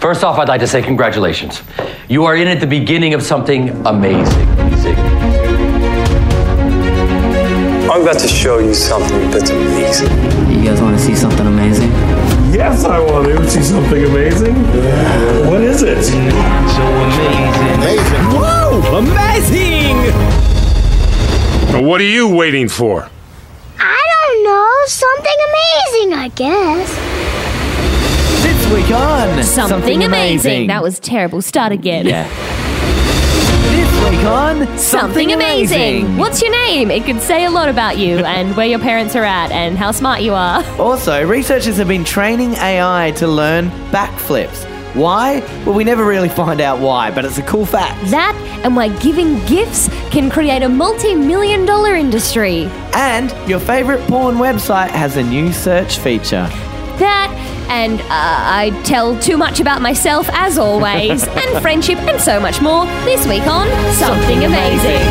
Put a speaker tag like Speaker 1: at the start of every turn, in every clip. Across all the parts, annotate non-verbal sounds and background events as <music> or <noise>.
Speaker 1: First off, I'd like to say congratulations. You are in at the beginning of something amazing. amazing.
Speaker 2: I'm about to show you something that's amazing.
Speaker 3: You guys want to see something amazing?
Speaker 4: Yes, I want to see something amazing. What is it?
Speaker 5: Whoa! Amazing!
Speaker 4: What are you waiting for?
Speaker 6: I don't know. Something amazing, I guess.
Speaker 5: This week on
Speaker 7: Something, amazing. That was terrible. Start again.
Speaker 5: yeah. This week on something,
Speaker 7: Something amazing. What's your name? It could say a lot about <laughs> you and where your parents are at and how smart you are.
Speaker 5: Also, researchers have been training AI to learn backflips. Why? Well, we never really find out why, but it's a cool fact.
Speaker 7: That and why giving gifts can create a multi million dollar industry.
Speaker 5: And your favorite porn website has a new search feature.
Speaker 7: That and uh, I tell too much about myself as always, <laughs> and friendship and so much more this week on Something Amazing.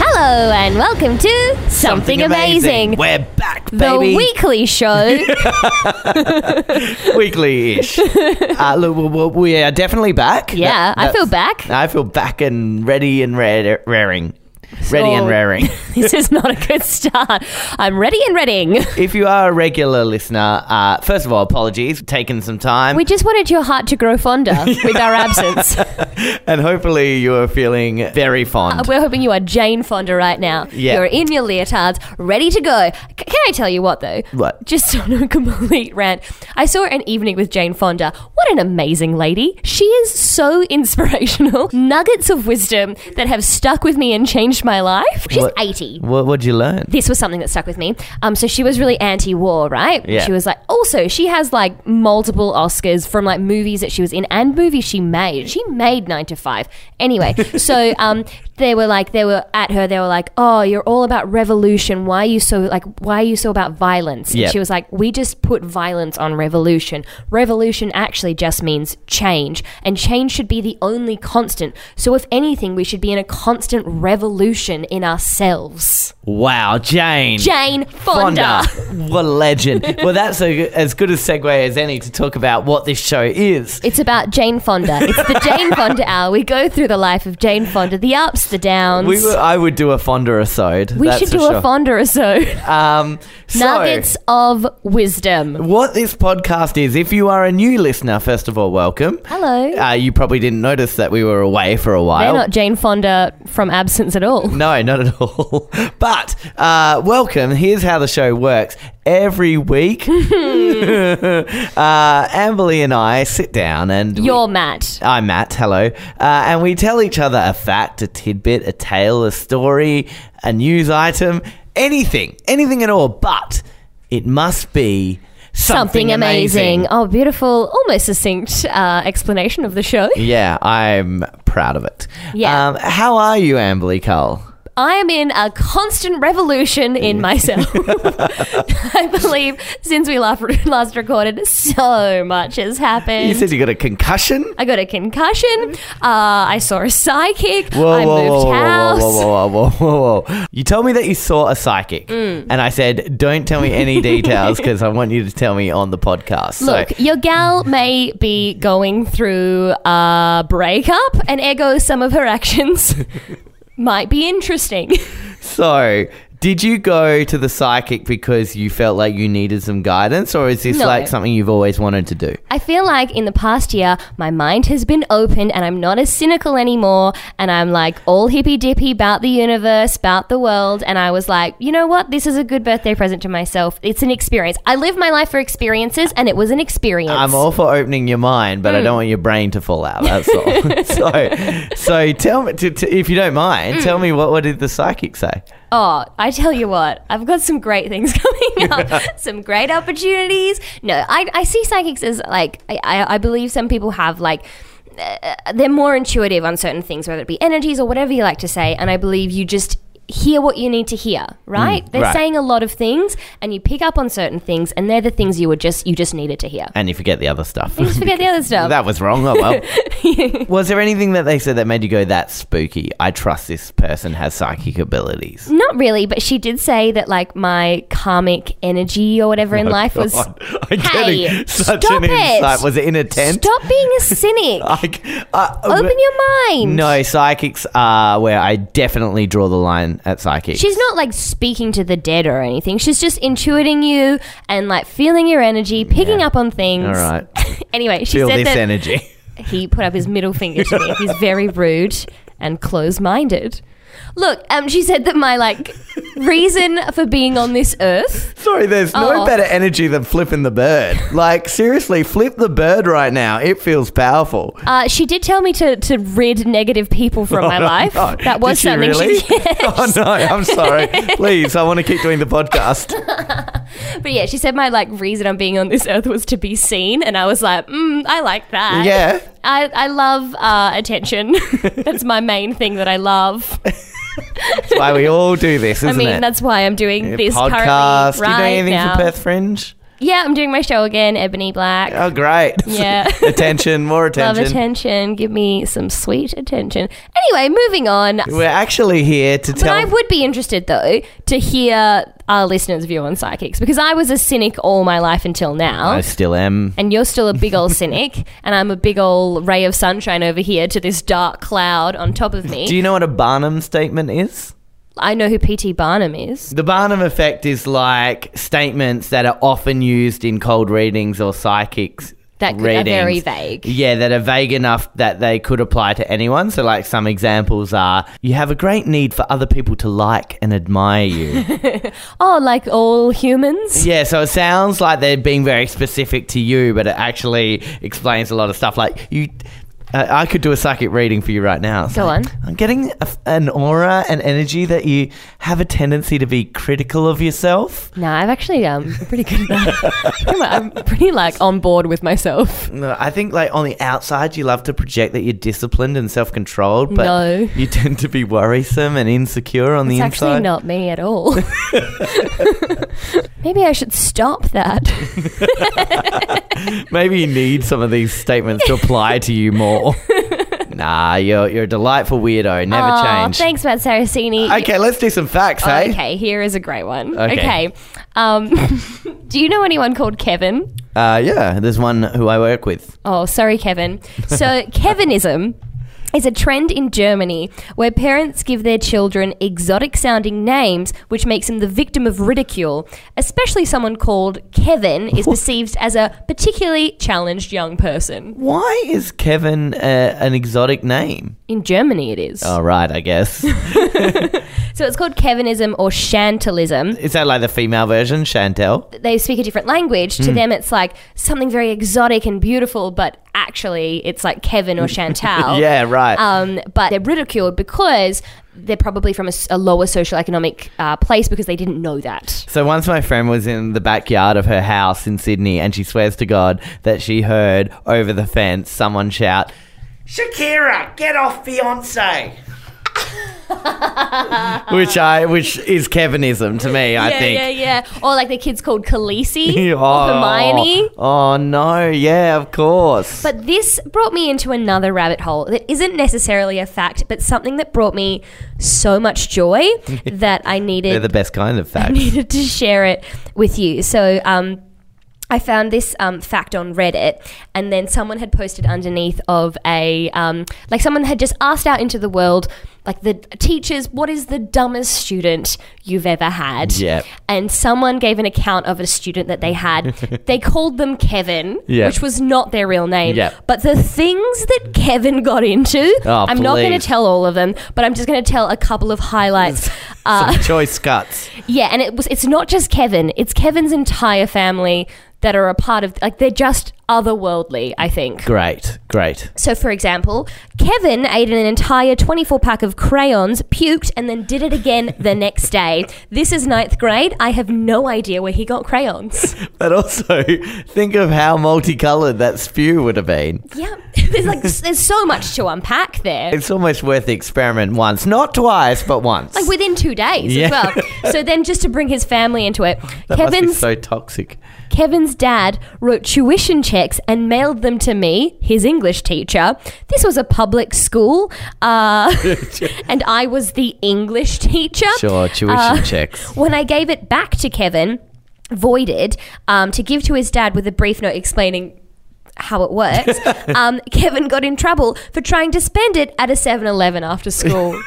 Speaker 7: Hello and welcome to Something, Amazing.
Speaker 5: We're back,
Speaker 7: the
Speaker 5: baby.
Speaker 7: weekly <laughs> show. <laughs>
Speaker 5: Weekly-ish. uh, look, we- we- we are definitely back.
Speaker 7: Yeah,
Speaker 5: That-
Speaker 7: I feel
Speaker 5: that's-
Speaker 7: back.
Speaker 5: I feel back and ready and rare- raring. Ready and
Speaker 7: Oh. <laughs>
Speaker 5: raring.
Speaker 7: this is not a good start. I'm ready and reading.
Speaker 5: If you are a regular listener, uh, first of all, apologies, taking some time.
Speaker 7: We just wanted your heart to grow
Speaker 5: <laughs>
Speaker 7: fonder with our absence.
Speaker 5: and hopefully you are feeling very fond.
Speaker 7: Uh, We're hoping you are Jane Fonda right now.
Speaker 5: Yeah.
Speaker 7: You're in your leotards, ready to go. C- can I tell you what, though?
Speaker 5: What?
Speaker 7: Just on a <laughs> complete rant. I saw an evening with Jane Fonda. What an amazing lady. She is so <laughs> inspirational. Nuggets of wisdom that have stuck with me and changed my life. She's
Speaker 5: What-
Speaker 7: 80.
Speaker 5: What would you learn?
Speaker 7: this was something that stuck with me. Um, so she was really anti-war, right?
Speaker 5: Yeah.
Speaker 7: She was like, also she has like multiple Oscars from like movies that she was in and movies she made. She made Nine to Five.
Speaker 5: <laughs>
Speaker 7: Anyway, so um, they were like, they were at her. They were like, oh, you're all about revolution. Why are you so like? Why are you so about violence? And
Speaker 5: Yeah.
Speaker 7: she was like, we just put violence on revolution. Revolution actually just means change, and change should be the only constant. So if anything, we should be in a constant revolution in ourselves.
Speaker 5: Wow, Jane.
Speaker 7: Jane Fonda.
Speaker 5: what a legend. well, that's a, as good a segue as any to talk about what this show is.
Speaker 7: It's about Jane Fonda. It's the Jane Fonda hour. We go through the life of Jane Fonda, the ups, the downs.
Speaker 5: We
Speaker 7: We,
Speaker 5: were, I would do a fonder aside.
Speaker 7: should do a Fonda or so.
Speaker 5: Um, so,
Speaker 7: Nuggets of wisdom.
Speaker 5: What this podcast is, if you are a new listener, first of all, welcome.
Speaker 7: Hello.
Speaker 5: Uh, you probably didn't notice that we were away for a
Speaker 7: They're
Speaker 5: while.
Speaker 7: not Jane Fonda from absence at all.
Speaker 5: <laughs> No, not at all. <laughs> But uh, welcome. Here's how the show works. Every
Speaker 7: <laughs>
Speaker 5: week, <laughs> uh, Amberly and I sit down and. we-
Speaker 7: You're Matt.
Speaker 5: I'm Matt, hello. Uh, and we tell each other a fact, a tidbit, a tale, a story, a news item, anything, anything at all. But it must be something,
Speaker 7: Something amazing. Oh, beautiful, almost succinct uh, explanation of the show.
Speaker 5: Yeah, I'm proud of it.
Speaker 7: Yeah.
Speaker 5: Um, how are you, Amberly Cole?
Speaker 7: I am in a constant revolution in myself. <laughs> I believe since we la- last recorded, so much has happened.
Speaker 5: You said you got a concussion?
Speaker 7: I got a concussion. Uh, I saw a psychic.
Speaker 5: Whoa,
Speaker 7: I
Speaker 5: whoa,
Speaker 7: moved
Speaker 5: whoa,
Speaker 7: house.
Speaker 5: Whoa, whoa, whoa, whoa, whoa, whoa. You told me that you saw a psychic.
Speaker 7: Mm.
Speaker 5: And I said, don't tell me
Speaker 7: <laughs>
Speaker 5: any details because I want you to tell me on the podcast.
Speaker 7: Look,
Speaker 5: so,
Speaker 7: your gal may be going through a breakup, and ego some of
Speaker 5: <laughs>
Speaker 7: her actions might be interesting.
Speaker 5: so, did you go to the psychic because you felt like you needed some guidance? Or is this
Speaker 7: No.
Speaker 5: like something you've always wanted to do?
Speaker 7: I feel like in the past year, my mind has been opened, and I'm not as cynical anymore. And I'm like all hippy dippy about the universe, about the world. And I was like, you know what? This is a good birthday present to myself. It's an experience. I live my life for experiences, and it was an experience.
Speaker 5: I'm all for opening your mind,
Speaker 7: Hmm.
Speaker 5: but I don't want your brain to fall out. That's
Speaker 7: <laughs>
Speaker 5: all. so, so tell me, to, to, if you don't mind,
Speaker 7: Hmm.
Speaker 5: tell me what, what did the psychic say?
Speaker 7: Oh, I tell you what, I've got some great things <laughs> coming up, some great opportunities. No, I, I see psychics as like, I, I, I believe some people have like, uh, they're more intuitive on certain things, whether it be energies or whatever you like to say. And I believe you just hear what you need to hear, right? They're
Speaker 5: Mm, right.
Speaker 7: saying a lot of things and you pick up on certain things and they're the things you were just you just needed
Speaker 5: <laughs>
Speaker 7: to hear.
Speaker 5: and you forget the other <laughs> stuff.
Speaker 7: Just forget the other stuff.
Speaker 5: that was wrong. Oh well.
Speaker 7: <laughs>
Speaker 5: was there anything that they said that made you go, "That's spooky"? I trust this person has psychic abilities.
Speaker 7: Not really, but she did say that like my karmic energy or whatever in life was
Speaker 5: Oh, <laughs> I'm
Speaker 7: Hey,
Speaker 5: getting such
Speaker 7: stop
Speaker 5: an insight.
Speaker 7: it.
Speaker 5: Was it in a tent?
Speaker 7: Stop being
Speaker 5: <laughs>
Speaker 7: a cynic.
Speaker 5: Like, uh,
Speaker 7: Open your mind.
Speaker 5: No, psychics are where I definitely draw the line at psychics.
Speaker 7: She's not like speaking to the dead or anything. She's just intuiting you and like feeling your energy, picking up on things.
Speaker 5: All right.
Speaker 7: <laughs> anyway, she
Speaker 5: Feel
Speaker 7: said
Speaker 5: this
Speaker 7: that
Speaker 5: energy.
Speaker 7: he put up his middle finger to me. He's
Speaker 5: <laughs>
Speaker 7: very rude and close-minded. Look, um, she said that my like reason for being on this earth
Speaker 5: Sorry, there's no
Speaker 7: Oh.
Speaker 5: better energy than flipping the bird. Like, seriously, flip the bird right now. It feels powerful.
Speaker 7: Uh, she did tell me to, to rid negative people from my life.
Speaker 5: Oh,
Speaker 7: That was
Speaker 5: did she
Speaker 7: something
Speaker 5: really?
Speaker 7: <laughs> she said.
Speaker 5: Oh, no, I'm sorry. Please, I want to keep doing the podcast.
Speaker 7: But yeah, she said my like reason I'm being on this earth was to be seen, and I was like, mm, <laughs> I like that.
Speaker 5: Yeah.
Speaker 7: I, I love uh, attention. <laughs> that's my main thing that I love.
Speaker 5: That's why we all do this, isn't
Speaker 7: I mean,
Speaker 5: it?
Speaker 7: that's why I'm doing
Speaker 5: Your
Speaker 7: this
Speaker 5: podcast.
Speaker 7: currently right
Speaker 5: you doing anything
Speaker 7: now.
Speaker 5: for Perth Fringe?
Speaker 7: Yeah, I'm doing my show again, Ebony Black.
Speaker 5: Oh, great.
Speaker 7: Yeah.
Speaker 5: <laughs> attention, more
Speaker 7: Love
Speaker 5: attention.
Speaker 7: attention. Give me some sweet attention. Anyway, moving on.
Speaker 5: We're actually here to
Speaker 7: But
Speaker 5: tell.
Speaker 7: I would be interested, though, to hear our listeners' view on psychics because I was a cynic all my life until now.
Speaker 5: I still am.
Speaker 7: And you're still a
Speaker 5: <laughs>
Speaker 7: big old cynic, and I'm a big old ray of sunshine over here to this dark cloud on top of me.
Speaker 5: Do you know what a Barnum statement is?
Speaker 7: I know who P.T. Barnum is.
Speaker 5: The Barnum effect is like statements that are often used in cold readings or psychics.
Speaker 7: That could- are
Speaker 5: readings.
Speaker 7: very vague.
Speaker 5: Yeah, that are vague enough that they could apply to anyone. So, like some examples are you have a great need for other people to like and admire you.
Speaker 7: <laughs> Oh, like all <laughs> humans?
Speaker 5: yeah, so it sounds like they're being very specific to you, but it actually explains a lot of stuff. Like, you. Uh, I could do a psychic reading for you right now. It's
Speaker 7: Go
Speaker 5: like,
Speaker 7: on.
Speaker 5: I'm getting a, an aura and energy that you have a tendency to be critical of yourself.
Speaker 7: No, I've actually um pretty good. at that. <laughs> Pretty much- I'm pretty like on board with myself.
Speaker 5: No, I think like on the outside, you love to project that you're disciplined and self-controlled, but
Speaker 7: No.
Speaker 5: you tend to be worrisome and insecure on
Speaker 7: It's
Speaker 5: the
Speaker 7: actually
Speaker 5: inside.
Speaker 7: not me
Speaker 5: <laughs>
Speaker 7: at all. <laughs> Maybe I should stop that.
Speaker 5: Maybe you need some of these statements to apply to you more.
Speaker 7: <laughs>
Speaker 5: nah, you're you're a delightful weirdo. <laughs> Never
Speaker 7: Aw,
Speaker 5: change.
Speaker 7: Thanks, Matt Saracini.
Speaker 5: okay, let's do some facts, hey?
Speaker 7: Okay, here is a great one.
Speaker 5: Okay.
Speaker 7: Okay. Um, <laughs> do you know anyone called Kevin?
Speaker 5: Uh, yeah, there's one who I work with.
Speaker 7: Oh, sorry, Kevin. So, Kevinism is a trend in Germany where parents give their children exotic sounding names, which makes them the victim of ridicule. Especially someone called Kevin is perceived as a particularly challenged young person.
Speaker 5: Why is Kevin uh, an exotic name?
Speaker 7: In Germany, it is.
Speaker 5: Oh, right, I guess.
Speaker 7: <laughs> So, it's called Kevinism or Chantelism.
Speaker 5: is that like the female version, Chantel?
Speaker 7: They speak a different language.
Speaker 5: Hmm.
Speaker 7: To them, it's like something very exotic and beautiful, but actually, it's like
Speaker 5: <laughs>
Speaker 7: Kevin or Chantal.
Speaker 5: Yeah, right.
Speaker 7: um, but they're ridiculed because they're probably from a, s- a lower socioeconomic uh, place because they didn't know that.
Speaker 5: So once my friend was in the backyard of her house in Sydney and she swears to God that she heard over the fence someone shout, Shakira, get off fiance. which I which is Kevinism to me, I
Speaker 7: Ah. yeah,
Speaker 5: think.
Speaker 7: yeah, yeah. Or like the kids called
Speaker 5: <laughs>
Speaker 7: Khaleesi or
Speaker 5: Oh,
Speaker 7: Hermione.
Speaker 5: oh no, yeah, of course.
Speaker 7: But this brought me into another rabbit hole that isn't necessarily a fact, but something that brought me so
Speaker 5: <laughs>
Speaker 7: much joy that I
Speaker 5: They're
Speaker 7: needed
Speaker 5: the best kind of facts.
Speaker 7: needed to share it with you. So, um, I found this um, fact on Reddit, and then someone had posted underneath of a um, like someone had just asked out into the world, like the teachers, what is the dumbest student you've ever had?
Speaker 5: Yep.
Speaker 7: And someone gave an account of a student that
Speaker 5: <laughs>
Speaker 7: they had. they called them Kevin,
Speaker 5: Yep.
Speaker 7: which was not their real name.
Speaker 5: Yep.
Speaker 7: But the things that Kevin got into,
Speaker 5: Oh,
Speaker 7: I'm not going
Speaker 5: please.
Speaker 7: to tell all of them, but I'm just going to tell a couple of highlights. Uh,
Speaker 5: <laughs> Some choice cuts.
Speaker 7: yeah, and it was it's not just Kevin, it's Kevin's entire family that are a part of like they're just otherworldly, I think.
Speaker 5: Great, great.
Speaker 7: So, for example, Kevin ate an entire 24 pack of crayons, puked, and then did it again the next day. This is ninth grade. I have no idea where he got
Speaker 5: <laughs>
Speaker 7: crayons.
Speaker 5: But also, think of how multicolored that spew would have been.
Speaker 7: yeah, <laughs> there's like there's so much to unpack there.
Speaker 5: It's almost worth the experiment once, not twice, but once.
Speaker 7: like within two days
Speaker 5: Yeah.
Speaker 7: as well. So then, just to bring his family into it,
Speaker 5: <laughs> that must be
Speaker 7: Kevin's
Speaker 5: so toxic.
Speaker 7: Kevin's dad wrote tuition checks and mailed them to me, his English teacher. This was a public school,
Speaker 5: <laughs>
Speaker 7: uh, <laughs> and I was the English teacher.
Speaker 5: Sure, tuition
Speaker 7: Uh,
Speaker 5: checks.
Speaker 7: When I gave it back to Kevin, voided, um, to give to his dad with a brief note explaining how
Speaker 5: <laughs>
Speaker 7: it works, um, Kevin got in trouble for trying to spend it at a 7 Eleven
Speaker 5: <laughs>
Speaker 7: after school.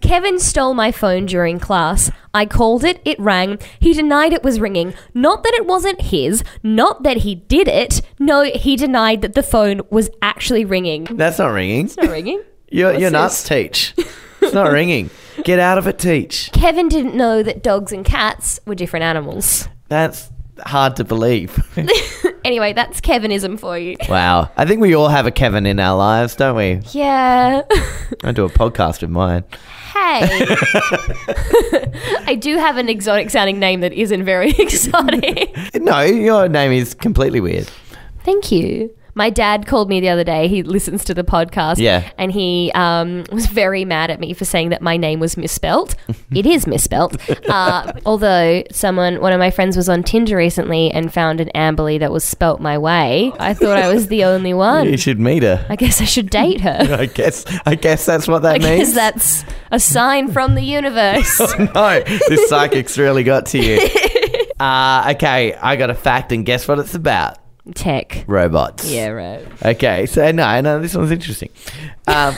Speaker 7: Kevin stole my phone during class. I called it, it rang. He denied it was ringing. Not that it wasn't his, not that he did it. No, he denied that the phone was actually ringing.
Speaker 5: That's not ringing.
Speaker 7: It's not ringing.
Speaker 5: You're, you're
Speaker 7: What's
Speaker 5: nuts, Teach. It's not ringing. Get out of it, Teach.
Speaker 7: Kevin didn't know that dogs and cats were different animals.
Speaker 5: That's hard to believe.
Speaker 7: <laughs> Anyway, that's Kevinism for you.
Speaker 5: wow. I think we all have a Kevin in our lives, don't we?
Speaker 7: Yeah.
Speaker 5: I do a podcast with mine.
Speaker 7: <laughs> Hey. <laughs> I do have an exotic sounding name that isn't very <laughs> exotic.
Speaker 5: No, your name is completely weird.
Speaker 7: Thank you. My dad called me the other day. He listens to the podcast.
Speaker 5: Yeah.
Speaker 7: And he um, was very mad at me for saying that my name
Speaker 5: <laughs>
Speaker 7: was misspelt. it is misspelt. Uh, although someone, one of my friends was on Tinder recently and found an Amberly that was spelt my way. I thought I was
Speaker 5: <laughs>
Speaker 7: the only
Speaker 5: You
Speaker 7: one.
Speaker 5: should meet her.
Speaker 7: I guess I should date her.
Speaker 5: <laughs> I guess. I guess that's what that
Speaker 7: I
Speaker 5: means. Oh,
Speaker 7: guess that's a sign from the universe.
Speaker 5: <laughs> no, this psychic's really got to
Speaker 7: <laughs>
Speaker 5: you. Uh, okay, I got a fact, and guess what it's about?
Speaker 7: Tech.
Speaker 5: Robots.
Speaker 7: Yeah, right.
Speaker 5: Okay, so no, no, this one's interesting.
Speaker 7: <laughs>
Speaker 5: Um,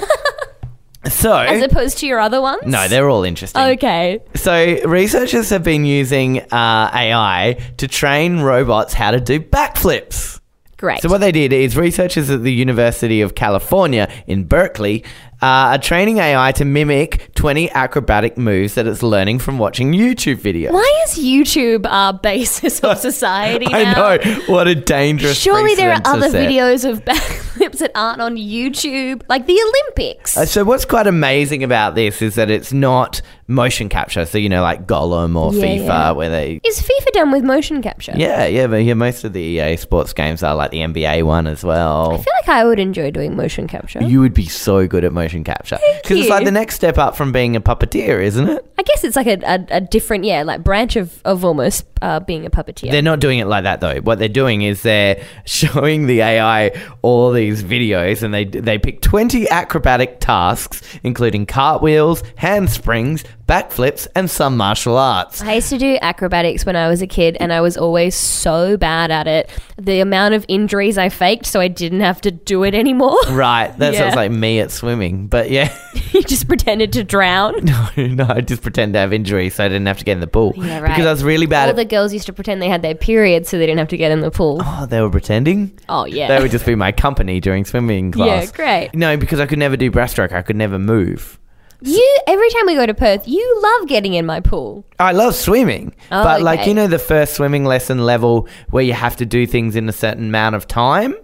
Speaker 5: so
Speaker 7: As opposed to your other ones?
Speaker 5: no, they're all interesting.
Speaker 7: Okay.
Speaker 5: So researchers have been using uh, AI to train robots how to do backflips.
Speaker 7: Great.
Speaker 5: So what they did is researchers at the University of California in Berkeley uh, are training AI to mimic 20 acrobatic moves that it's learning from watching YouTube videos.
Speaker 7: Why is YouTube our basis of society
Speaker 5: <laughs>
Speaker 7: now?
Speaker 5: I know what a dangerous.
Speaker 7: Surely there are
Speaker 5: precedent to
Speaker 7: other
Speaker 5: set.
Speaker 7: videos of <laughs> backflips that aren't on YouTube, like the Olympics.
Speaker 5: Uh, So what's quite amazing about this is that it's not motion capture. So you know, like Gollum or
Speaker 7: Yeah,
Speaker 5: FIFA,
Speaker 7: yeah.
Speaker 5: where they
Speaker 7: Is FIFA done with motion capture?
Speaker 5: yeah, yeah, but yeah, most of the EA sports games are like the NBA one as well.
Speaker 7: I feel like I would enjoy doing motion capture.
Speaker 5: You would be so good at motion capture because it's like
Speaker 7: you.
Speaker 5: the next step up from being a puppeteer, isn't it?
Speaker 7: I guess it's like a, a, a different, yeah, like branch of, of almost uh, being a puppeteer.
Speaker 5: They're not doing it like that though. What they're doing is they're <laughs> showing the AI all these videos, and they they pick twenty acrobatic tasks, including cartwheels, handsprings, backflips, and some martial arts.
Speaker 7: I used to do acrobatics when I was a kid, and I was always so bad at it. The amount of injuries I faked, so I didn't have to do it anymore. <laughs>
Speaker 5: Right, that
Speaker 7: Yeah.
Speaker 5: sounds like me at swimming, but yeah, <laughs>
Speaker 7: you just pretended to drown.
Speaker 5: no, no, I just pretend to have injuries so I didn't have to get in the pool
Speaker 7: Yeah, right.
Speaker 5: because I was really bad
Speaker 7: All
Speaker 5: at.
Speaker 7: the girls used to pretend they had their period, so they didn't have to get in the pool.
Speaker 5: oh, they were pretending.
Speaker 7: Oh yeah.
Speaker 5: That would just be my company during swimming class.
Speaker 7: great.
Speaker 5: No, because I could never do breaststroke. I could never move.
Speaker 7: You every time we go to Perth, you love getting in my pool.
Speaker 5: I love swimming,
Speaker 7: Oh,
Speaker 5: but like
Speaker 7: okay.
Speaker 5: you know, the first swimming lesson level where you have to do things in a certain amount of time.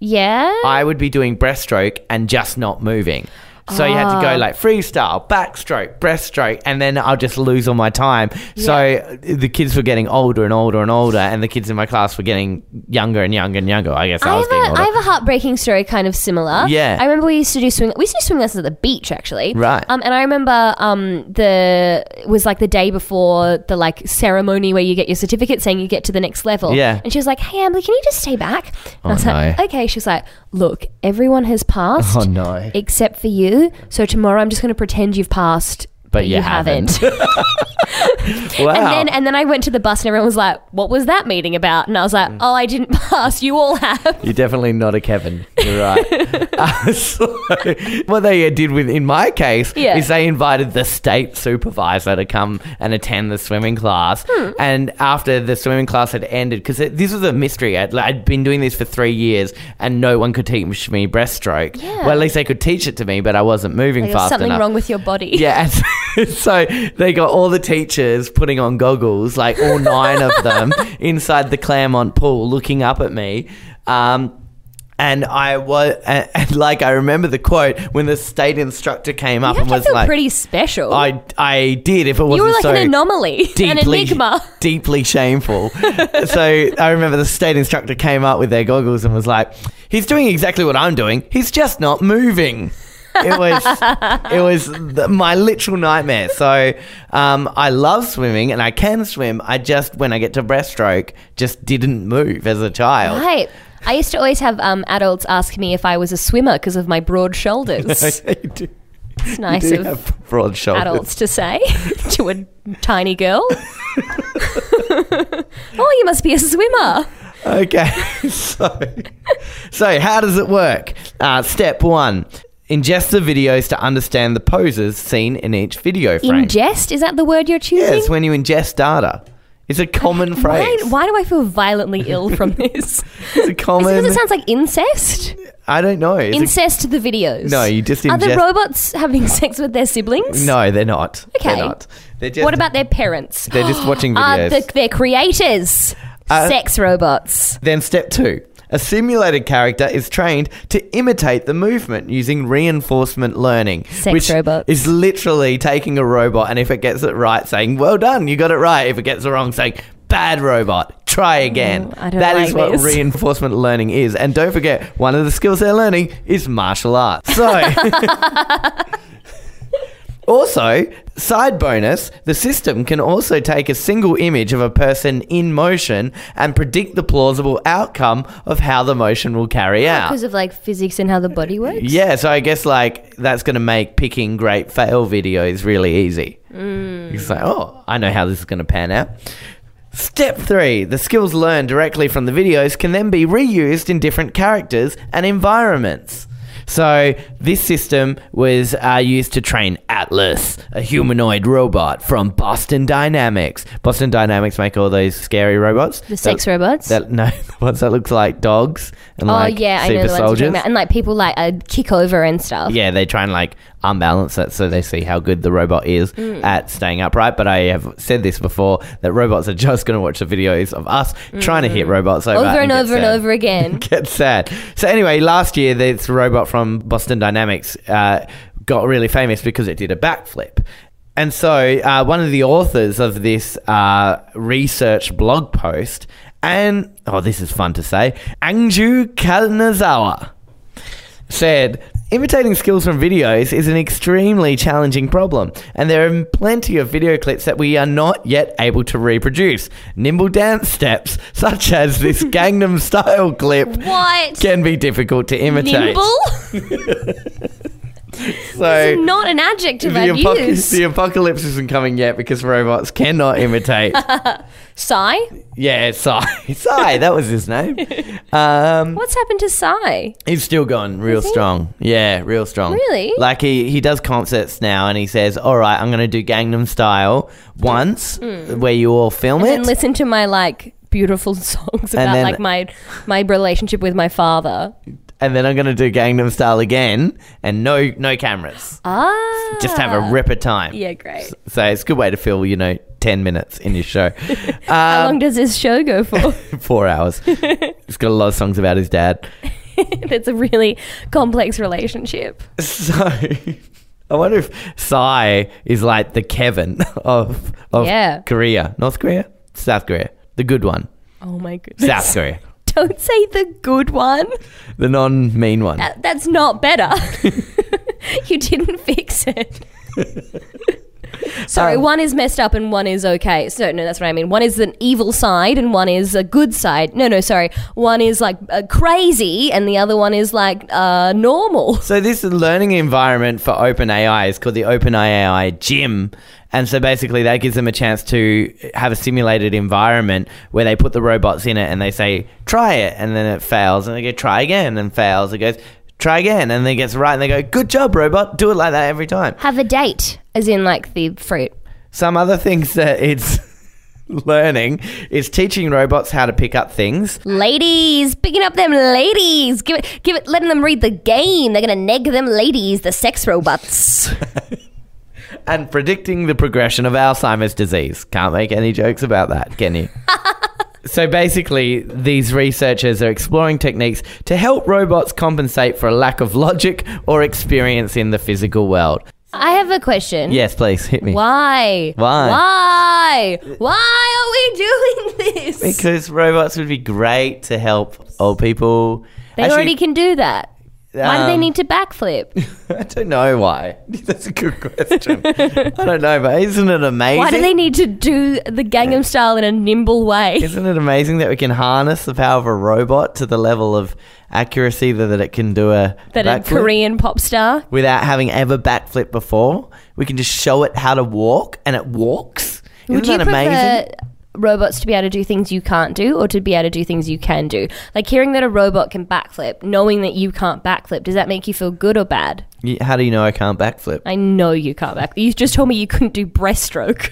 Speaker 7: Yeah.
Speaker 5: I would be doing breaststroke and just not moving. So you had to
Speaker 7: Ah.
Speaker 5: go like freestyle, backstroke, breaststroke, and then I'll just lose all my time. So the kids were getting older and older and older, and the kids in my class were getting younger and younger and younger. I guess I,
Speaker 7: I
Speaker 5: was
Speaker 7: have,
Speaker 5: getting
Speaker 7: a,
Speaker 5: older.
Speaker 7: I have a heartbreaking story kind of similar.
Speaker 5: Yeah.
Speaker 7: I remember we used to do swing we used to do swing lessons at the beach actually.
Speaker 5: Right.
Speaker 7: Um and I remember um the it was like the day before the like ceremony where you get your certificate saying you get to the next level.
Speaker 5: Yeah. Oh,
Speaker 7: And she was like, Hey Emily, can you just stay back? And I was like,
Speaker 5: no.
Speaker 7: Okay. She was like, Look, everyone has
Speaker 5: <laughs>
Speaker 7: passed
Speaker 5: Oh, no.
Speaker 7: except for you. So tomorrow I'm just gonna pretend you've passed
Speaker 5: But you <laughs> wow.
Speaker 7: And then and then I went to the bus and everyone was like, "What was that meeting about?" And I was
Speaker 5: Mm.
Speaker 7: like, "Oh, I didn't <laughs> pass. You all have."
Speaker 5: You're definitely not a Kevin. You're
Speaker 7: <laughs>
Speaker 5: right. Uh, so what they uh, did with, in my case,
Speaker 7: Yeah.
Speaker 5: is they invited the state supervisor to come and attend the swimming class.
Speaker 7: Hmm.
Speaker 5: And after the swimming class had ended, because this was a mystery, I'd, like, I'd been doing this for three years, and no one could teach me breaststroke.
Speaker 7: Yeah.
Speaker 5: Well, at least they could teach it to me, but I wasn't moving
Speaker 7: There's
Speaker 5: fast
Speaker 7: something
Speaker 5: enough.
Speaker 7: wrong with your body.
Speaker 5: Yeah, and <laughs> so, so they got all the teachers putting on goggles, like all nine of
Speaker 7: <laughs>
Speaker 5: them, inside the Claremont pool, looking up at me. Um, and I was, and, and like I remember the quote when the state instructor came up
Speaker 7: You
Speaker 5: and
Speaker 7: have to
Speaker 5: was
Speaker 7: feel
Speaker 5: like,
Speaker 7: pretty special.
Speaker 5: I I did if it wasn't
Speaker 7: you were like
Speaker 5: so
Speaker 7: an anomaly, <laughs> an
Speaker 5: deeply,
Speaker 7: enigma.
Speaker 5: deeply shameful. <laughs> so I remember the state instructor came up with their goggles and was like, "He's doing exactly what I'm doing. He's just not moving." It was it was th- my literal nightmare. So um, I love swimming and I can swim. I just when I get to breaststroke, just didn't move as a child.
Speaker 7: Right. I used to always have um, adults ask me if I was a swimmer because of my broad shoulders.
Speaker 5: <laughs> you do,
Speaker 7: It's nice
Speaker 5: you do
Speaker 7: of
Speaker 5: have broad shoulders.
Speaker 7: adults to say <laughs> to a tiny girl. <laughs>
Speaker 5: <laughs>
Speaker 7: oh, you must be a swimmer.
Speaker 5: Okay, <laughs> so so how does it work? Uh, step one: ingest the videos to understand the poses seen in each video frame.
Speaker 7: Ingest? Is that the word you're
Speaker 5: Yeah,
Speaker 7: choosing?
Speaker 5: it's when you ingest data. It's a common
Speaker 7: why,
Speaker 5: phrase.
Speaker 7: why do I feel
Speaker 5: <laughs>
Speaker 7: violently ill from this?
Speaker 5: It's a common.
Speaker 7: Because it sounds like incest.
Speaker 5: I don't know. It's a-
Speaker 7: incest the videos.
Speaker 5: No, you just
Speaker 7: Are the
Speaker 5: ingest-
Speaker 7: robots having sex with their siblings?
Speaker 5: no, they're not.
Speaker 7: Okay.
Speaker 5: They're not. They're just,
Speaker 7: What about their parents?
Speaker 5: <gasps> They're just watching
Speaker 7: Are
Speaker 5: videos. Uh,
Speaker 7: the, their creators sex robots?
Speaker 5: Then step two. A simulated character is trained to imitate the movement using reinforcement learning,
Speaker 7: Sex
Speaker 5: which
Speaker 7: robots.
Speaker 5: is literally taking a robot and if it gets it right, saying "Well done, you got it right." If it gets it wrong, saying "Bad robot, try again."
Speaker 7: I don't
Speaker 5: That is what
Speaker 7: like this. <laughs>
Speaker 5: reinforcement learning is, and don't forget, one of the skills they're learning is martial arts.
Speaker 7: <laughs>
Speaker 5: So. Also, side bonus, the system can also take a single image of a person in motion and predict the plausible outcome of how the motion will carry out.
Speaker 7: Because of like physics and how the body works?
Speaker 5: Yeah, so I guess like that's going to make picking great fail videos really easy.
Speaker 7: Mm.
Speaker 5: It's like, oh, I know how this is going to pan out. Step three the skills learned directly from the videos can then be reused in different characters and environments. So, this system was uh, used to train Atlas, a humanoid robot from Boston Dynamics. Boston Dynamics make all those scary robots.
Speaker 7: The sex
Speaker 5: that,
Speaker 7: robots?
Speaker 5: That, no, <laughs> the ones that look like dogs and
Speaker 7: oh,
Speaker 5: like
Speaker 7: yeah, I
Speaker 5: super
Speaker 7: know the ones you're talking
Speaker 5: soldiers.
Speaker 7: about. And like people like uh, kick over and stuff.
Speaker 5: Yeah, they try and like unbalance it so they see how good the robot is
Speaker 7: Mm.
Speaker 5: at staying upright. But I have said this before that robots are just going to watch the videos of us trying to hit robots over,
Speaker 7: Mm. Over and
Speaker 5: get
Speaker 7: over and
Speaker 5: sad.
Speaker 7: over
Speaker 5: <laughs>
Speaker 7: again. <laughs>
Speaker 5: Get sad. So anyway, last year this robot from Boston Dynamics uh, got really famous because it did a backflip. And so uh, one of the authors of this uh, research blog post, and oh, this is fun to say, Angju Kanazawa said, Imitating skills from videos is an extremely challenging problem, and there are plenty of video clips that we are not yet able to reproduce. Nimble dance steps, such as
Speaker 7: <laughs>
Speaker 5: this Gangnam Style clip,
Speaker 7: What?
Speaker 5: can be difficult to imitate.
Speaker 7: Nimble?
Speaker 5: So,
Speaker 7: <laughs> Not an adjective
Speaker 5: the,
Speaker 7: I've
Speaker 5: apoc-
Speaker 7: used.
Speaker 5: the apocalypse isn't coming yet because robots cannot
Speaker 7: <laughs>
Speaker 5: imitate.
Speaker 7: Psy?
Speaker 5: yeah, Sai. Sai, that was his
Speaker 7: <laughs>
Speaker 5: name.
Speaker 7: What's happened to Psy?
Speaker 5: He's still going real
Speaker 7: he?
Speaker 5: strong. Yeah, real strong.
Speaker 7: Really?
Speaker 5: Like he, he does concerts now and he says, All right, I'm gonna do Gangnam style once where you all film
Speaker 7: Mm. And
Speaker 5: it.
Speaker 7: listen to my like beautiful <laughs> songs about
Speaker 5: then-
Speaker 7: like my my relationship with my father.
Speaker 5: and then I'm gonna do Gangnam style again and no no cameras.
Speaker 7: Ah.
Speaker 5: Just have a ripper time.
Speaker 7: Yeah, great.
Speaker 5: So it's a good way to fill, you know, ten minutes in your
Speaker 7: <laughs>
Speaker 5: show. Um, Uh,
Speaker 7: How long does this show go for? <laughs>
Speaker 5: <laughs> Four hours. He's got a lot of songs about his dad. <laughs>
Speaker 7: That's a really complex relationship.
Speaker 5: So I wonder if Psy is like the Kevin <laughs> of of
Speaker 7: Yeah.
Speaker 5: Korea. North Korea? South Korea. The good one.
Speaker 7: Oh my goodness.
Speaker 5: South Korea.
Speaker 7: <laughs> Don't say the good one.
Speaker 5: The non mean one.
Speaker 7: That- Uh, That's not better. <laughs> you didn't fix it. Sorry,
Speaker 5: Um,
Speaker 7: one is messed up and one is okay. So no, that's what I mean. One is an evil side and one is a good side. No, no, sorry. One is like uh, crazy and the other one is like uh, normal. <laughs>
Speaker 5: So this learning environment for OpenAI is called the OpenAI Gym. And so basically that gives them a chance to have a simulated environment where they put the robots in it and they say, try it. And then it fails. And they go, try again. And fails. It goes, try again. And then it gets right. And they go, good job, robot. Do it like that every time.
Speaker 7: Have a date, as in like the fruit.
Speaker 5: Some other things that it's <laughs> learning is teaching robots how to pick up things.
Speaker 7: Ladies, picking up them ladies. Give it, give it, letting them read the game. They're gonna neg them ladies, the sex robots.
Speaker 5: and predicting the progression of Alzheimer's disease. Can't make any jokes about that, can
Speaker 7: <laughs>
Speaker 5: you? So basically, these researchers are exploring techniques to help robots compensate for a lack of logic or experience in the physical world.
Speaker 7: I have a question.
Speaker 5: Yes, please hit me.
Speaker 7: Why?
Speaker 5: Why?
Speaker 7: Why? Why are we doing this?
Speaker 5: Because robots would be great to help old people.
Speaker 7: they
Speaker 5: Actually,
Speaker 7: already can do that. Why do they
Speaker 5: um, <laughs>
Speaker 7: need to backflip?
Speaker 5: I don't know why. <laughs> That's a good
Speaker 7: <laughs>
Speaker 5: question. I don't know, but isn't it amazing?
Speaker 7: Why do they need to do the Gangnam Style in a nimble way?
Speaker 5: Isn't it amazing that we can harness the power of a robot to the level of accuracy that, that it can do a
Speaker 7: That a
Speaker 5: backflip
Speaker 7: Korean pop star?
Speaker 5: without having ever backflip before? We can just show it how to walk, and it walks. Isn't
Speaker 7: Would you
Speaker 5: that amazing?
Speaker 7: prefer robots to be able to do things you can't do, or to be able to do things you can do? Like hearing that a robot can backflip, knowing that you can't backflip, does that make you feel good or bad?
Speaker 5: You- How do you know I can't
Speaker 7: <laughs>
Speaker 5: backflip? <laughs>
Speaker 7: I know you can't back. You just told me you couldn't do breaststroke.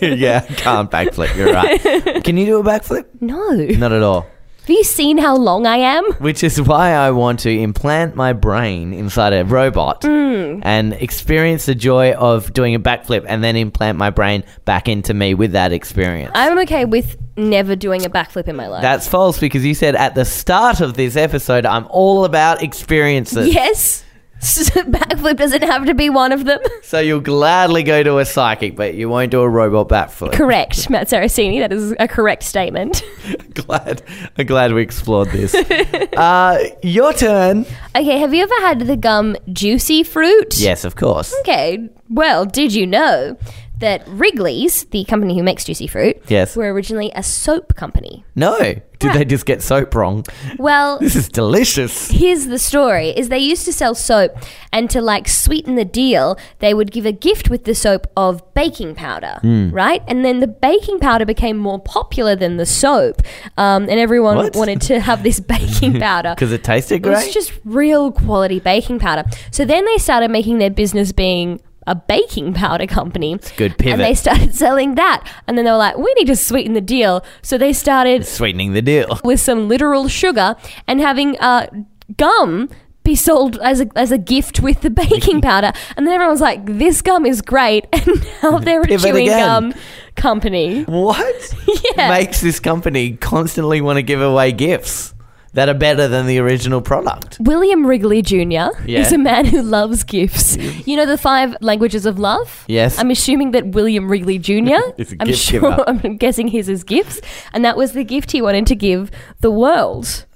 Speaker 5: yeah, I can't backflip. You're
Speaker 7: <laughs>
Speaker 5: right. Can you do a backflip?
Speaker 7: No.
Speaker 5: Not at all.
Speaker 7: <laughs> Have you seen how long I am?
Speaker 5: Which is why I want to implant my brain inside a robot
Speaker 7: Hmm.
Speaker 5: and experience the joy of doing a backflip and then implant my brain back into me with that experience.
Speaker 7: I'm okay with never doing a backflip in my life.
Speaker 5: That's false because you said at the start of this episode, I'm all about experiences.
Speaker 7: yes. <laughs> backflip doesn't have to be one of them. <laughs>
Speaker 5: So you'll gladly go to a psychic, but you won't do a robot backflip.
Speaker 7: correct, Matt Saracini. That is a correct statement.
Speaker 5: <laughs>
Speaker 7: <laughs>
Speaker 5: glad, I'm glad we explored this. uh, your turn.
Speaker 7: Okay, have you ever had the gum juicy fruit?
Speaker 5: Yes, of course.
Speaker 7: Okay, well, did you know that Wrigley's, the company who makes juicy fruit,
Speaker 5: Yes.
Speaker 7: were originally a soap company?
Speaker 5: No. Did they just get soap wrong?
Speaker 7: Well,
Speaker 5: This is
Speaker 7: <laughs>
Speaker 5: delicious.
Speaker 7: here's the story is they used to sell soap and to like sweeten the deal they would give a gift with the soap of baking powder
Speaker 5: Hmm.
Speaker 7: right and then the baking powder became more popular than the soap um, and everyone
Speaker 5: What?
Speaker 7: wanted to
Speaker 5: <laughs>
Speaker 7: have this baking powder
Speaker 5: Because it tasted
Speaker 7: it
Speaker 5: great.
Speaker 7: was just real quality baking powder. So then they started making their business being a baking powder company. It's
Speaker 5: good
Speaker 7: And
Speaker 5: pivot.
Speaker 7: they started <laughs> selling that. And then they were like, we need to sweeten the deal. So they started
Speaker 5: Sweetening the deal.
Speaker 7: with some literal sugar and having uh, gum be sold as a, as a gift with
Speaker 5: <laughs>
Speaker 7: the baking powder. And then everyone was like, this gum is great. <laughs> And now they're a
Speaker 5: Pivot
Speaker 7: chewing
Speaker 5: again.
Speaker 7: gum company.
Speaker 5: What
Speaker 7: Yeah.
Speaker 5: makes this company constantly want to give away gifts that are better than the original product?
Speaker 7: William Wrigley Jr.
Speaker 5: Yeah.
Speaker 7: is a man who loves gifts. You know the five languages of love?
Speaker 5: Yes.
Speaker 7: I'm assuming that William Wrigley Jr.
Speaker 5: <laughs> Is a
Speaker 7: I'm
Speaker 5: gift
Speaker 7: sure <laughs>
Speaker 5: giver.
Speaker 7: I'm guessing his is gifts. And that was the gift he wanted to give the world.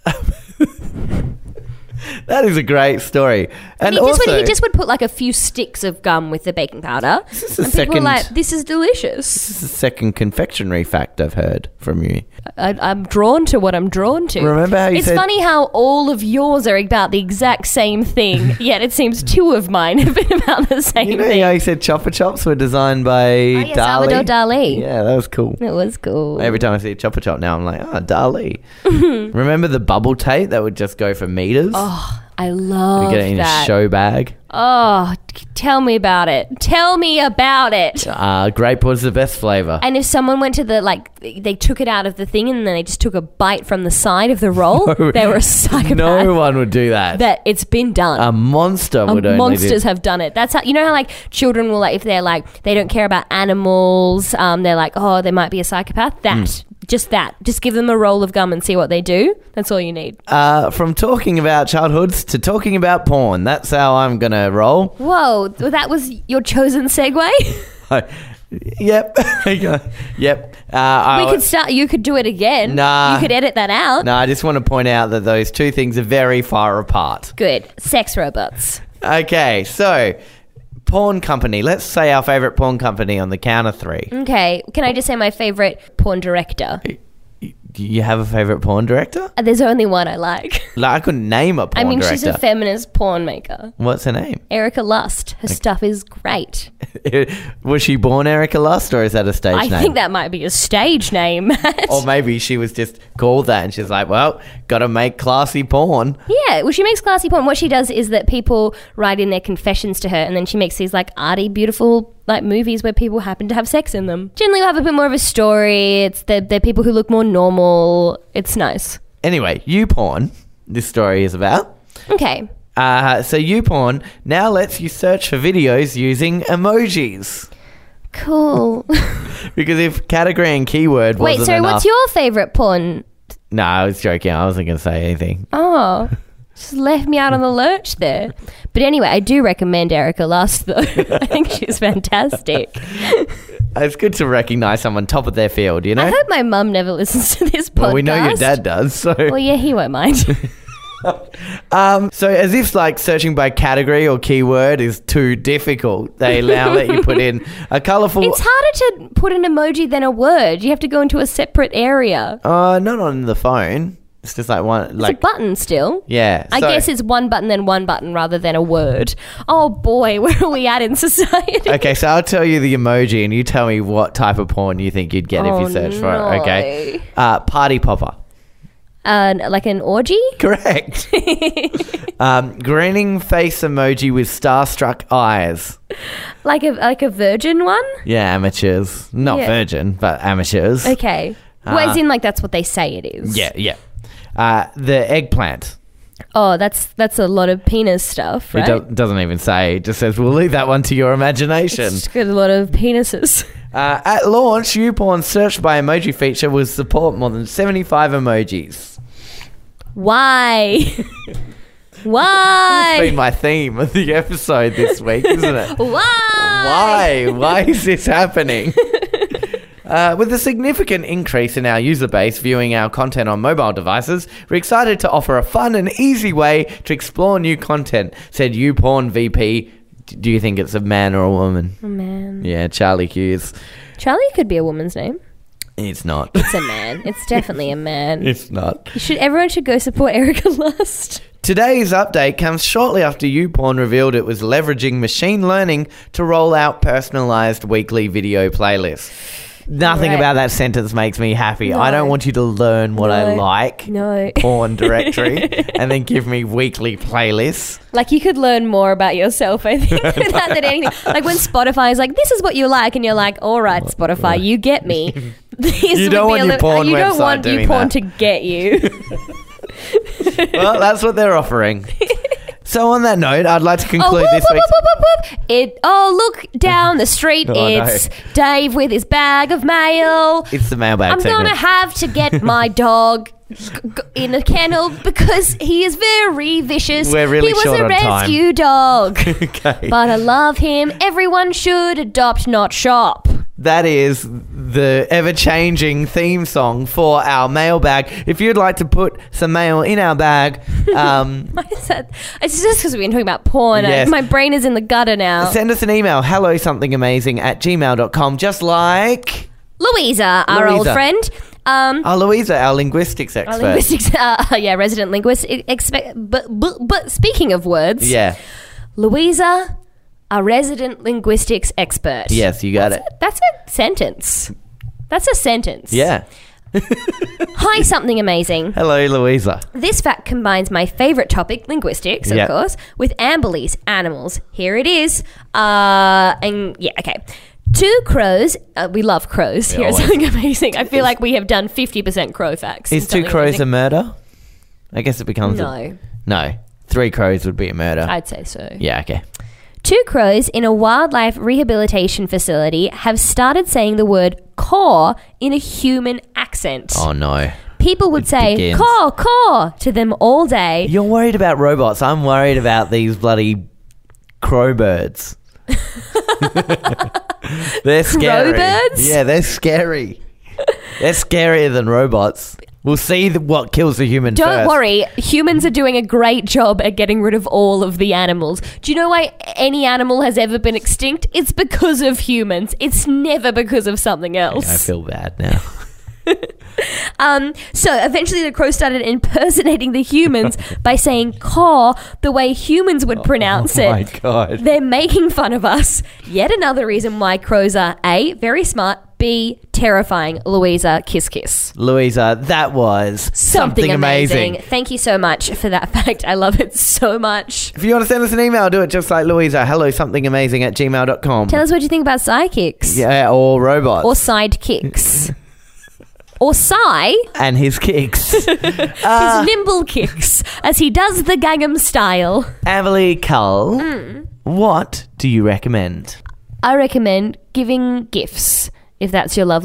Speaker 5: That is a great story. And
Speaker 7: he,
Speaker 5: also,
Speaker 7: just would, he just would put like a few sticks of gum with the baking powder.
Speaker 5: <laughs>
Speaker 7: This
Speaker 5: is the
Speaker 7: and people were
Speaker 5: second-
Speaker 7: like, this is delicious.
Speaker 5: this is the second confectionery fact I've heard from you.
Speaker 7: I, I'm drawn to what I'm drawn to.
Speaker 5: Remember how you
Speaker 7: It's
Speaker 5: said-
Speaker 7: funny how all of yours are about the exact
Speaker 5: <laughs>
Speaker 7: same thing, yet it seems two of mine have been about the same
Speaker 5: You know
Speaker 7: thing.
Speaker 5: how you said chopper chops were designed by
Speaker 7: Oh, yeah,
Speaker 5: Dali?
Speaker 7: Salvador Dali.
Speaker 5: Yeah, that was cool.
Speaker 7: It was cool.
Speaker 5: Every time I see a chopper chop now, I'm like, ah, Dali.
Speaker 7: <laughs>
Speaker 5: Remember the bubble tape that would just go for meters? Oh,
Speaker 7: I love
Speaker 5: get it in
Speaker 7: that.
Speaker 5: a show bag.
Speaker 7: Oh, t- tell me about it. Tell me about it.
Speaker 5: Uh, grape was the best flavor.
Speaker 7: And if someone went to the like, they took it out of the thing and then they just took a bite from the side of the roll,
Speaker 5: <laughs>
Speaker 7: they were a psychopath.
Speaker 5: no one would do that.
Speaker 7: That it's been done.
Speaker 5: a monster would only do
Speaker 7: Monsters have done it. That's how you know how like children will like if they're like they don't care about animals. Um, they're like oh they might be a psychopath. That
Speaker 5: Hmm.
Speaker 7: just that just give them a roll of gum and see what they do. That's all you need.
Speaker 5: Uh, from talking about childhoods to talking about porn. That's how I'm gonna roll. <laughs>
Speaker 7: Whoa, that was your chosen segue. <laughs>
Speaker 5: <laughs> yep. yep. Uh, I,
Speaker 7: we could start. You could do it again.
Speaker 5: Nah.
Speaker 7: you could edit that out.
Speaker 5: no, I just want to point out that those two things are very far apart.
Speaker 7: Good. Sex robots.
Speaker 5: Okay, so porn company. Let's say our favorite porn company on the count of three.
Speaker 7: Okay. Can I just say my favorite porn director? Uh,
Speaker 5: Do you have a favorite porn director?
Speaker 7: There's only one I like.
Speaker 5: Like I couldn't name a
Speaker 7: I
Speaker 5: porn
Speaker 7: mean,
Speaker 5: director.
Speaker 7: she's a feminist porn maker.
Speaker 5: What's her name? <laughs>
Speaker 7: Erica Lust. Her stuff is great.
Speaker 5: was she born Erica Lust, or is that a stage
Speaker 7: I
Speaker 5: name?
Speaker 7: think that might be a stage name, <laughs> Matt.
Speaker 5: Or maybe she was just called that and she's like, well, gotta make classy porn.
Speaker 7: yeah. Well, she makes classy porn. What she does is that people write in their confessions to her, and then she makes these like arty, beautiful like movies where people happen to have sex in them. Generally, will have a bit more of a story. It's the they're people who look more normal. It's nice.
Speaker 5: Anyway, you porn, this story is about.
Speaker 7: Okay.
Speaker 5: Uh, so YouPorn now lets you search for videos using emojis
Speaker 7: Cool. <laughs>
Speaker 5: because if category and keyword
Speaker 7: Wait,
Speaker 5: wasn't
Speaker 7: so
Speaker 5: enough,
Speaker 7: what's your favorite porn?
Speaker 5: no, I was joking. I wasn't going to say anything.
Speaker 7: Oh, just left me out on the lurch there. But anyway, I do recommend Erica Lust, though. <laughs> I think she's fantastic. <laughs>
Speaker 5: It's good to recognize someone top of their field, you know.
Speaker 7: I hope my mum never listens to this podcast.
Speaker 5: well, we know your dad does. So,
Speaker 7: <laughs> Well, yeah, he
Speaker 5: <laughs>
Speaker 7: won't mind.
Speaker 5: um, <laughs> so as if like searching by category or keyword is too difficult, they now let you put in
Speaker 7: <laughs>
Speaker 5: a colorful.
Speaker 7: it's harder to put an emoji than a word. You have to go into a separate area.
Speaker 5: uh, not on the phone. It's just like one,
Speaker 7: It's a
Speaker 5: like
Speaker 7: button still.
Speaker 5: yeah.
Speaker 7: I
Speaker 5: so-
Speaker 7: guess it's one button then one button rather than a word. Oh boy, <laughs> where are we at in society?
Speaker 5: <laughs> Okay, so I'll tell you the emoji, and you tell me what type of porn you think you'd get if
Speaker 7: Oh,
Speaker 5: you search for it. Okay,
Speaker 7: no.
Speaker 5: uh, party popper. <laughs>
Speaker 7: Uh, like an orgy? <laughs>
Speaker 5: Correct. um, grinning face emoji with starstruck eyes.
Speaker 7: Like a like a virgin one?
Speaker 5: Yeah, amateurs. Not
Speaker 7: Yeah.
Speaker 5: virgin, but amateurs.
Speaker 7: Okay. well, as in like that's what they say it is.
Speaker 5: Ah. Yeah, yeah. Uh, the eggplant.
Speaker 7: Oh, that's that's a lot of penis stuff,
Speaker 5: It
Speaker 7: right?
Speaker 5: do- doesn't even say. It just says, we'll leave that one to your imagination.
Speaker 7: It's got a lot of penises.
Speaker 5: Uh, at launch, YouPorn's search by emoji feature will support more than 75 emojis.
Speaker 7: Why? <laughs>
Speaker 5: It's been
Speaker 7: Why?
Speaker 5: my theme of the episode this week, isn't it?
Speaker 7: Why?
Speaker 5: Why? Why is this
Speaker 7: <laughs>
Speaker 5: happening? Uh, with a significant increase in our user base viewing our content on mobile devices, we're excited to offer a fun and easy way to explore new content, said YouPorn VP. D- Do you think it's a man or a woman?
Speaker 7: Oh, man.
Speaker 5: Yeah, Charlie Hughes.
Speaker 7: Charlie could be a woman's name.
Speaker 5: It's not.
Speaker 7: It's a man. It's definitely a
Speaker 5: <laughs>
Speaker 7: man.
Speaker 5: it's not.
Speaker 7: You should everyone should go support Erica Lust.
Speaker 5: Today's update comes shortly after YouPorn revealed it was leveraging machine learning to roll out personalized weekly video playlists. Nothing
Speaker 7: Right.
Speaker 5: about that sentence makes me happy. I
Speaker 7: No.
Speaker 5: don't want you to learn what I
Speaker 7: No.
Speaker 5: like.
Speaker 7: No.
Speaker 5: Porn directory
Speaker 7: <laughs>
Speaker 5: and then give me weekly playlists.
Speaker 7: Like you could learn more about yourself,
Speaker 5: <laughs>
Speaker 7: I think, than that than anything. Like when Spotify is like, "This is what you like," and you're like, "All right, Spotify, you get
Speaker 5: <laughs>
Speaker 7: me." <laughs> This
Speaker 5: Oh, You
Speaker 7: would
Speaker 5: don't
Speaker 7: be
Speaker 5: want
Speaker 7: a
Speaker 5: your
Speaker 7: li-
Speaker 5: porn
Speaker 7: You don't
Speaker 5: website
Speaker 7: want
Speaker 5: doing
Speaker 7: your porn
Speaker 5: that.
Speaker 7: to
Speaker 5: <laughs>
Speaker 7: get you.
Speaker 5: Well, that's what they're
Speaker 7: <laughs>
Speaker 5: offering. So on that note, I'd like to
Speaker 7: oh,
Speaker 5: conclude
Speaker 7: whoop, whoop,
Speaker 5: this week's
Speaker 7: whoop, whoop, whoop. It. Oh, look down the street.
Speaker 5: Oh, <laughs> no.
Speaker 7: it's Dave with his bag of mail.
Speaker 5: It's the mailbag
Speaker 7: I'm
Speaker 5: segment.
Speaker 7: gonna have to get my dog g- g- in a kennel because he is very vicious.
Speaker 5: We're really
Speaker 7: he was
Speaker 5: short
Speaker 7: a
Speaker 5: on time.
Speaker 7: rescue dog,
Speaker 5: <laughs> okay.
Speaker 7: but I love him. Everyone should adopt, not shop.
Speaker 5: That is the ever changing theme song for our mailbag. If you'd like to put some mail in our
Speaker 7: <laughs>
Speaker 5: bag, um,
Speaker 7: Why is that? It's just because we've been talking about porn. I-
Speaker 5: Yes.
Speaker 7: my brain is in the gutter now.
Speaker 5: send us an email hello something amazing at gmail.com, just like
Speaker 7: Louisa, our old
Speaker 5: Louisa.
Speaker 7: friend. Um,
Speaker 5: our Louisa, our linguistics
Speaker 7: our
Speaker 5: expert.
Speaker 7: linguistics, <laughs> uh, yeah, resident linguist. e- Expect, but, but, but speaking of words,
Speaker 5: Yeah.
Speaker 7: Louisa, our resident linguistics expert.
Speaker 5: Yes, you got it.
Speaker 7: That's a sentence. That's a sentence.
Speaker 5: Yeah.
Speaker 7: Hi, something amazing.
Speaker 5: Hello, Louisa.
Speaker 7: This fact combines my favorite topic, linguistics, of
Speaker 5: Yeah.
Speaker 7: course, with Amberley's animals. Here it is. Uh, and yeah, okay. Two crows. Uh, we love crows. Here is
Speaker 5: always.
Speaker 7: something amazing. I feel like we have done fifty percent crow facts.
Speaker 5: Is two crows a murder? I guess it becomes a-
Speaker 7: no?
Speaker 5: no. Three crows would be a murder.
Speaker 7: I'd say so.
Speaker 5: yeah, okay.
Speaker 7: Two crows in a wildlife rehabilitation facility have started saying the word "caw" in a human accent.
Speaker 5: Oh no.
Speaker 7: People would say
Speaker 5: begins.
Speaker 7: "caw caw" to them all day.
Speaker 5: You're worried about robots. I'm worried about these bloody crow
Speaker 7: <laughs>
Speaker 5: birds. they're scary.
Speaker 7: birds?
Speaker 5: Yeah, they're scary. they're scarier than robots. We'll see th- what kills a human
Speaker 7: Don't
Speaker 5: first.
Speaker 7: worry, humans are doing a great job at getting rid of all of the animals. Do you know why any animal has ever been extinct? It's because of humans. It's never because of something else.
Speaker 5: I feel bad
Speaker 7: <laughs>
Speaker 5: now.
Speaker 7: Um, so eventually, the crow started impersonating
Speaker 5: <laughs>
Speaker 7: the humans by saying "caw" the way humans would pronounce
Speaker 5: oh
Speaker 7: it.
Speaker 5: my God.
Speaker 7: They're making fun of us. Yet another reason why crows are a very smart, b terrifying. Louisa, kiss kiss.
Speaker 5: Louisa, that was something, amazing.
Speaker 7: Thank you so much for that <laughs> fact. I love it so much.
Speaker 5: If you want to send us an email, do it just like Louisa. Hello, something amazing at gmail.com.
Speaker 7: Tell us what you think about
Speaker 5: <laughs>
Speaker 7: sidekicks
Speaker 5: yeah, or robots.
Speaker 7: or sidekicks or Psy,
Speaker 5: and his
Speaker 7: <laughs>
Speaker 5: kicks. Ah.
Speaker 7: his nimble kicks, as he does the Gangnam style.
Speaker 5: Emily Cull,
Speaker 7: Mm.
Speaker 5: what do you recommend?
Speaker 7: I recommend giving gifts if that's your love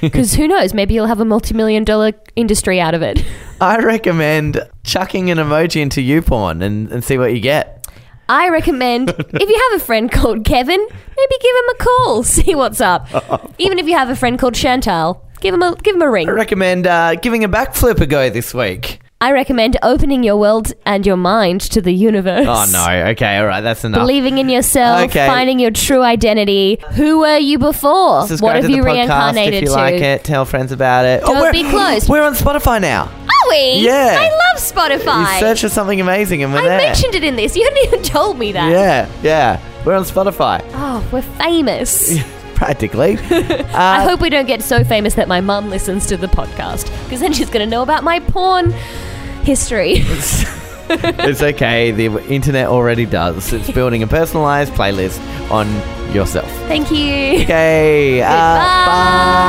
Speaker 5: <laughs>
Speaker 7: because who knows? Maybe you'll have a multi-million dollar industry out of it.
Speaker 5: I recommend chucking an emoji into YouPorn and, and see what you get.
Speaker 7: I recommend if you have a friend called Kevin, maybe give him a call, <laughs> see what's up. Even if you have a friend called Chantal, give him a give him a
Speaker 5: I
Speaker 7: ring.
Speaker 5: recommend uh, giving a backflip a go this week.
Speaker 7: I recommend opening your world and your mind to the universe.
Speaker 5: Oh no! Okay, all right, that's enough.
Speaker 7: Believing in yourself,
Speaker 5: Okay.
Speaker 7: finding your true identity. Who were you before?
Speaker 5: Subscribe
Speaker 7: What have
Speaker 5: to the
Speaker 7: you
Speaker 5: podcast
Speaker 7: reincarnated
Speaker 5: if you
Speaker 7: to?
Speaker 5: like it. Tell friends about it. Oh,
Speaker 7: Don't
Speaker 5: we're-
Speaker 7: be
Speaker 5: <laughs>
Speaker 7: closed.
Speaker 5: We're on Spotify now.
Speaker 7: Are we?
Speaker 5: Yeah.
Speaker 7: I love Spotify.
Speaker 5: You search for something amazing and we're
Speaker 7: I
Speaker 5: there.
Speaker 7: mentioned it in this. You hadn't even <laughs> told me that.
Speaker 5: yeah, yeah. We're on Spotify.
Speaker 7: Oh, we're famous.
Speaker 5: Practically.
Speaker 7: <laughs>
Speaker 5: Uh,
Speaker 7: I hope we don't get so famous that my mum listens to the podcast because then she's going to know about my porn history.
Speaker 5: it's okay. The internet already does. It's building a personalized playlist on yourself.
Speaker 7: Thank you.
Speaker 5: Okay. uh,
Speaker 7: Goodbye.